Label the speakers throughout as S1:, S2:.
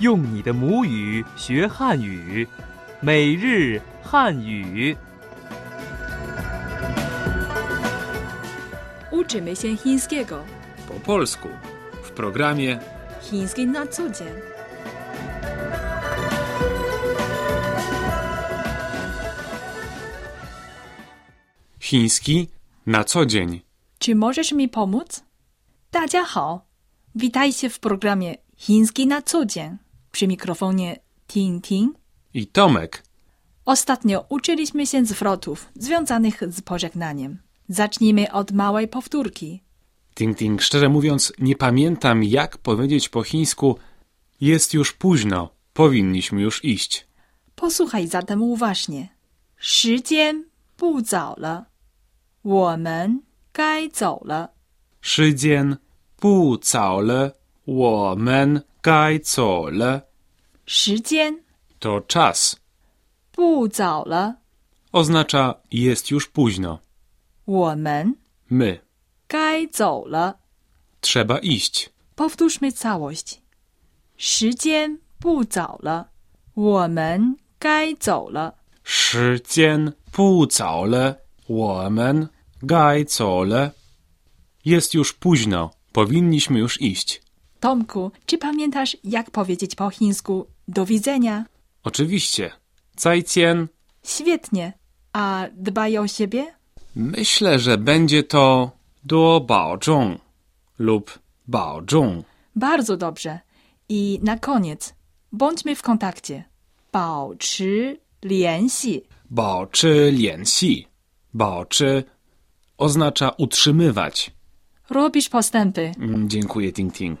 S1: 用你的母语学汉语，每日汉语。
S2: Uczymy się chińskiego.
S3: po polsku w programie
S2: Chiński na co dzień.
S3: Chiński na co dzień.
S2: Czy możesz mi pomóc? 大家好, witajcie w programie Chiński na co dzień. Przy mikrofonie Ting Ting.
S3: I Tomek.
S2: Ostatnio uczyliśmy się zwrotów związanych z pożegnaniem. Zacznijmy od małej powtórki.
S3: Ting Ting, szczerze mówiąc, nie pamiętam jak powiedzieć po chińsku jest już późno, powinniśmy już iść.
S2: Posłuchaj zatem uważnie. 时间不早了，我们该走了。
S3: Szydzien, pół całe, women, kaj cole.
S2: 时间
S3: To czas.
S2: 不早了，
S3: Oznacza jest już późno.
S2: 我们
S3: My.
S2: 该走了。
S3: Trzeba iść.
S2: Powtórzmy całość. 时间不早了，我们该走了。
S3: 时间不早了，我们该走了。Jest już późno, powinniśmy już iść.
S2: Tomku, czy pamiętasz, jak powiedzieć po chińsku do widzenia?
S3: Oczywiście. Zajcien.
S2: Świetnie. A dbaj o siebie?
S3: Myślę, że będzie to do baozhong lub baozhong.
S2: Bardzo dobrze. I na koniec, bądźmy w kontakcie. 保持联系.
S3: Baoczy lianxi. Baoczy oznacza utrzymywać.
S2: Robisz postępy.
S3: Mm, Dziękuję, Ting Ting.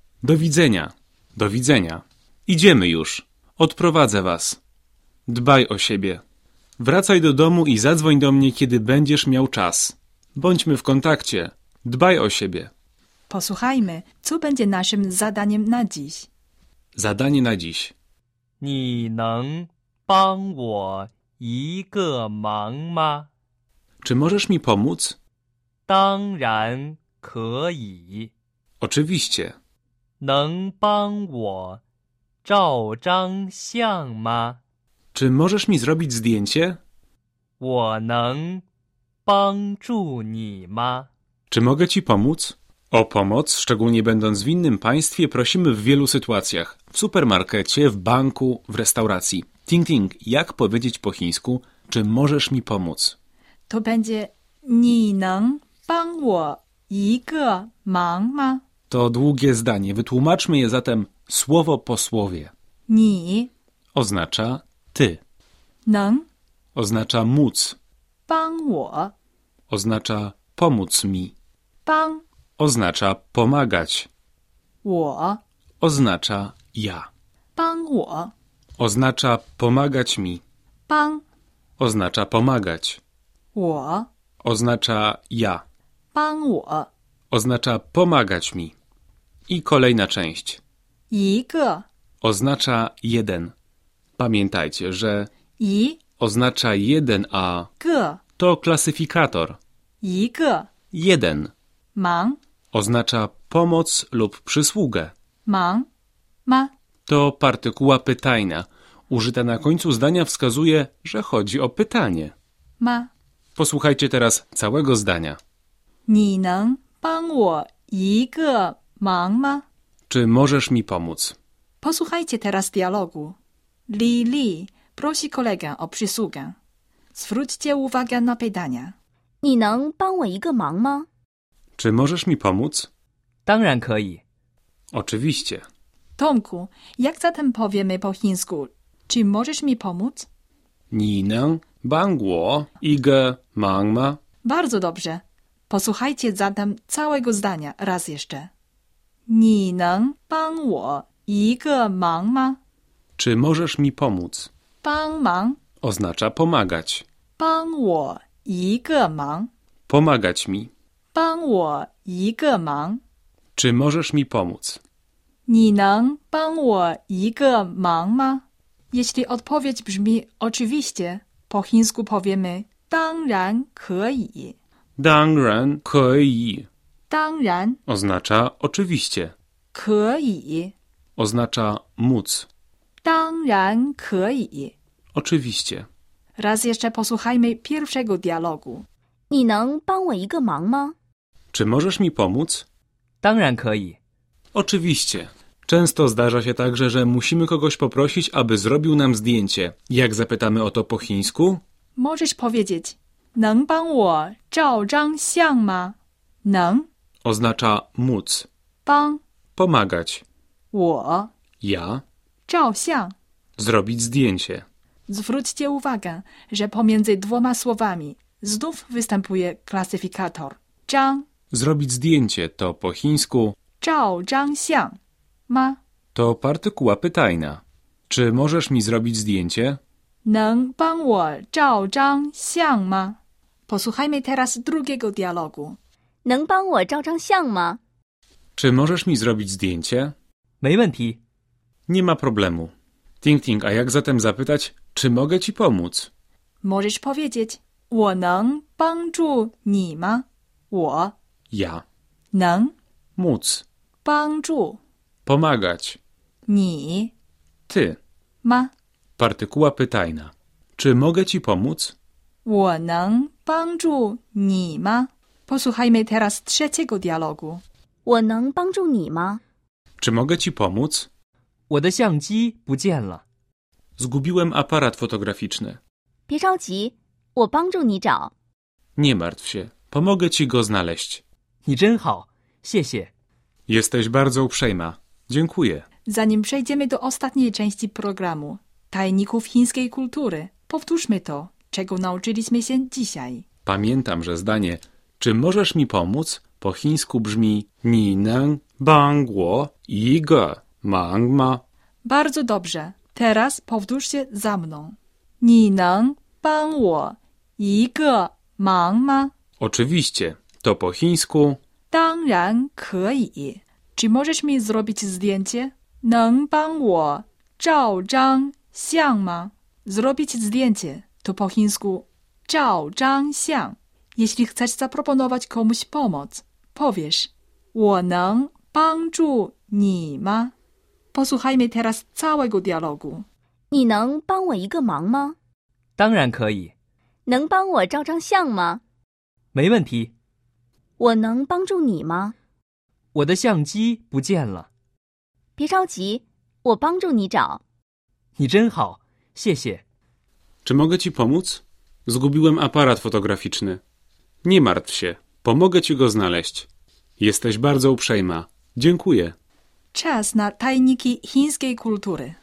S3: Do widzenia. Do widzenia. Idziemy już. Odprowadzę was. Dbaj o siebie. Wracaj do domu i zadzwoń do mnie, kiedy będziesz miał czas. Bądźmy w kontakcie. Dbaj o siebie.
S2: Posłuchajmy, co będzie naszym zadaniem na dziś.
S3: Zadanie na dziś.
S1: 你能帮我一个忙吗？
S3: Czy możesz mi pomóc?
S1: 当然可以。
S3: Oczywiście.
S1: 能帮我照张相吗？
S3: Czy możesz mi zrobić zdjęcie?
S1: 我能帮助你吗？
S3: Czy mogę Ci pomóc? O pomoc, szczególnie będąc w innym państwie, prosimy w wielu sytuacjach. W supermarkecie, w banku, w restauracji. Ting Ting, jak powiedzieć po chińsku, czy możesz mi pomóc?
S2: To będzie 你能帮我一个忙吗？
S3: To długie zdanie, wytłumaczmy je zatem słowo po słowie.
S2: 你
S3: Oznacza ty,
S2: 能
S3: oznacza móc,
S2: 帮我
S3: oznacza pomóc mi,
S2: 帮
S3: oznacza pomagać,
S2: 我
S3: oznacza ja,
S2: 帮我
S3: oznacza pomagać mi,
S2: 帮
S3: oznacza pomagać,
S2: 我
S3: oznacza ja.
S2: 帮我
S3: oznacza pomagać mi. I kolejna część
S2: 一个
S3: oznacza jeden. Pamiętajcie, że
S2: 一
S3: oznacza jeden, a
S2: 个
S3: to klasyfikator.
S2: 一个
S3: Jeden
S2: 忙
S3: oznacza pomoc lub przysługę.
S2: 忙吗？
S3: To partykuła pytajna. Użyta na końcu zdania wskazuje, że chodzi o pytanie.
S2: 吗？
S3: Posłuchajcie teraz całego zdania.
S2: 你能帮我一个忙吗？
S3: Czy możesz mi pomóc?
S2: Posłuchajcie teraz dialogu. Li Li prosi kolegę o przysługę. Zwróćcie uwagę na pytania.
S4: 你能帮我一个忙吗？
S3: Czy możesz mi pomóc?
S1: 当然可以，
S3: Oczywiście.
S2: Tomku, jak zatem powiemy po chińsku? Czy możesz mi pomóc?
S3: 你能帮我一个忙吗？
S2: Bardzo dobrze. Posłuchajcie zatem całego zdania raz jeszcze. 你能帮我一个忙吗？
S3: Czy możesz mi pomóc?
S2: 帮忙，
S3: Oznacza pomagać.
S2: 帮我一个忙，
S3: Pomagać mi.
S2: 帮我一个忙。
S3: Czy możesz mi pomóc?
S2: 你能帮我一个忙吗？Jeśli odpowiedź brzmi oczywiście, po chińsku powiemy 当然可以，
S3: Dangren koi
S2: 当然
S3: oznacza oczywiście.
S2: 可以，
S3: Oznacza móc.
S2: 当然可以。
S3: Oczywiście.
S2: Raz jeszcze posłuchajmy pierwszego dialogu.
S4: 你能帮我一个忙吗？
S3: Czy możesz mi pomóc?
S1: 当然可以。
S3: Oczywiście. Często zdarza się także, że musimy kogoś poprosić, aby zrobił nam zdjęcie. Jak zapytamy o to po chińsku?
S2: Możesz powiedzieć, 能帮我照张相吗？能
S3: Oznacza móc.
S2: 帮
S3: Pomagać.
S2: 我
S3: Ja.
S2: 照相。
S3: Zrobić zdjęcie.
S2: Zwróćcie uwagę, że pomiędzy dwoma słowami znów występuje klasyfikator. Zhang,
S3: Zrobić zdjęcie to po chińsku
S2: zhao zhang xiang. Ma,
S3: to partykuła pytajna. Czy możesz mi zrobić zdjęcie?
S2: neng bang wo zhao zhang xiang ma? Posłuchajmy teraz drugiego dialogu.
S4: 能帮我照张相吗？
S3: Czy możesz mi zrobić zdjęcie?
S1: 没问题，
S3: Nie ma problemu. Ting Ting, a jak zatem zapytać, czy mogę ci pomóc?
S2: Możesz powiedzieć, 我能帮助你吗？我
S3: Ja.
S2: 能
S3: Móc.
S2: 帮助
S3: Pomagać.
S2: 你
S3: Ty.
S2: 吗？
S3: Partykuła pytajna. Czy mogę ci pomóc?
S2: 我能帮助你吗？Posłuchajmy teraz trzeciego dialogu.
S4: 我能帮助你吗？
S3: Czy mogę ci pomóc?
S1: 我的相机不见了。
S3: Zgubiłem aparat fotograficzny.
S4: 别着急，我帮助你找。
S3: Nie martw się. Pomogę ci go znaleźć.
S1: 你真好，谢谢。
S3: Jesteś bardzo uprzejma. Dziękuję.
S2: Zanim przejdziemy do ostatniej części programu, tajników chińskiej kultury, powtórzmy to, czego nauczyliśmy się dzisiaj.
S3: Pamiętam, że zdanie czy możesz mi pomóc po chińsku brzmi ni neng bangguo i ge mang ma.
S2: Bardzo dobrze. Teraz powtórzcie za mną. 你能帮我一个忙吗？
S3: Oczywiście, to po chińsku
S2: 当然可以。Czy możesz mi zrobić zdjęcie? 能帮我照张相吗？Zrobić zdjęcie to po chińsku 照张相。Jeśli chcesz zaproponować komuś pomoc, powiesz 我能帮助你吗 Posłuchajmy teraz całego dialogu.
S4: 你能帮我一个忙吗？
S1: 当然可以，
S4: 能帮我照张相吗？
S1: 没问题。
S4: 我能帮助你吗？
S1: 我的相机不见了。
S4: 别着急，我帮助你找。
S1: 你真好，谢谢。
S3: Czy mogę ci pomóc? Zgubiłem aparat fotograficzny. Nie martw się, pomogę ci go znaleźć. Jesteś bardzo uprzejma. Dziękuję.
S2: Czas na tajniki chińskiej kultury.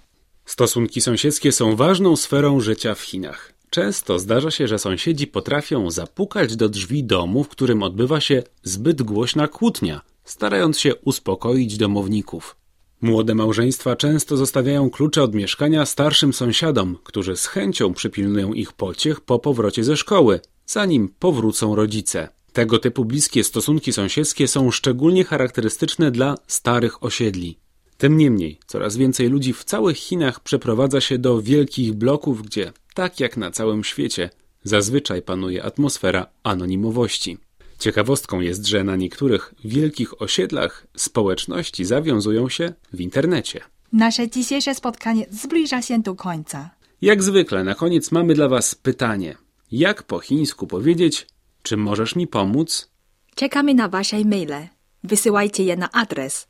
S3: Stosunki sąsiedzkie są ważną sferą życia w Chinach. Często zdarza się, że sąsiedzi potrafią zapukać do drzwi domu, w którym odbywa się zbyt głośna kłótnia, starając się uspokoić domowników. Młode małżeństwa często zostawiają klucze od mieszkania starszym sąsiadom, którzy z chęcią przypilnują ich pociech po powrocie ze szkoły, zanim powrócą rodzice. Tego typu bliskie stosunki sąsiedzkie są szczególnie charakterystyczne dla starych osiedli. Tym niemniej, coraz więcej ludzi w całych Chinach przeprowadza się do wielkich bloków, gdzie, tak jak na całym świecie, zazwyczaj panuje atmosfera anonimowości. Ciekawostką jest, że na niektórych wielkich osiedlach społeczności zawiązują się w internecie.
S2: Nasze dzisiejsze spotkanie zbliża się do końca.
S3: Jak zwykle, na koniec mamy dla Was pytanie: jak po chińsku powiedzieć, czy możesz mi pomóc?
S2: Czekamy na Wasze e-maile. Wysyłajcie je na adres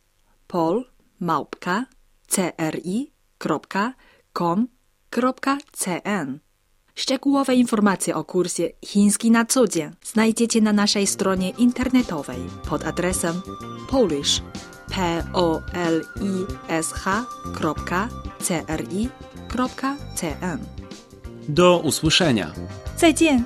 S2: polmałpka.cri.com.cn. Szczegółowe informacje o kursie Chiński na co dzień znajdziecie na naszej stronie internetowej pod adresem polish polish.cri.cn.
S3: Do usłyszenia!
S2: 再见。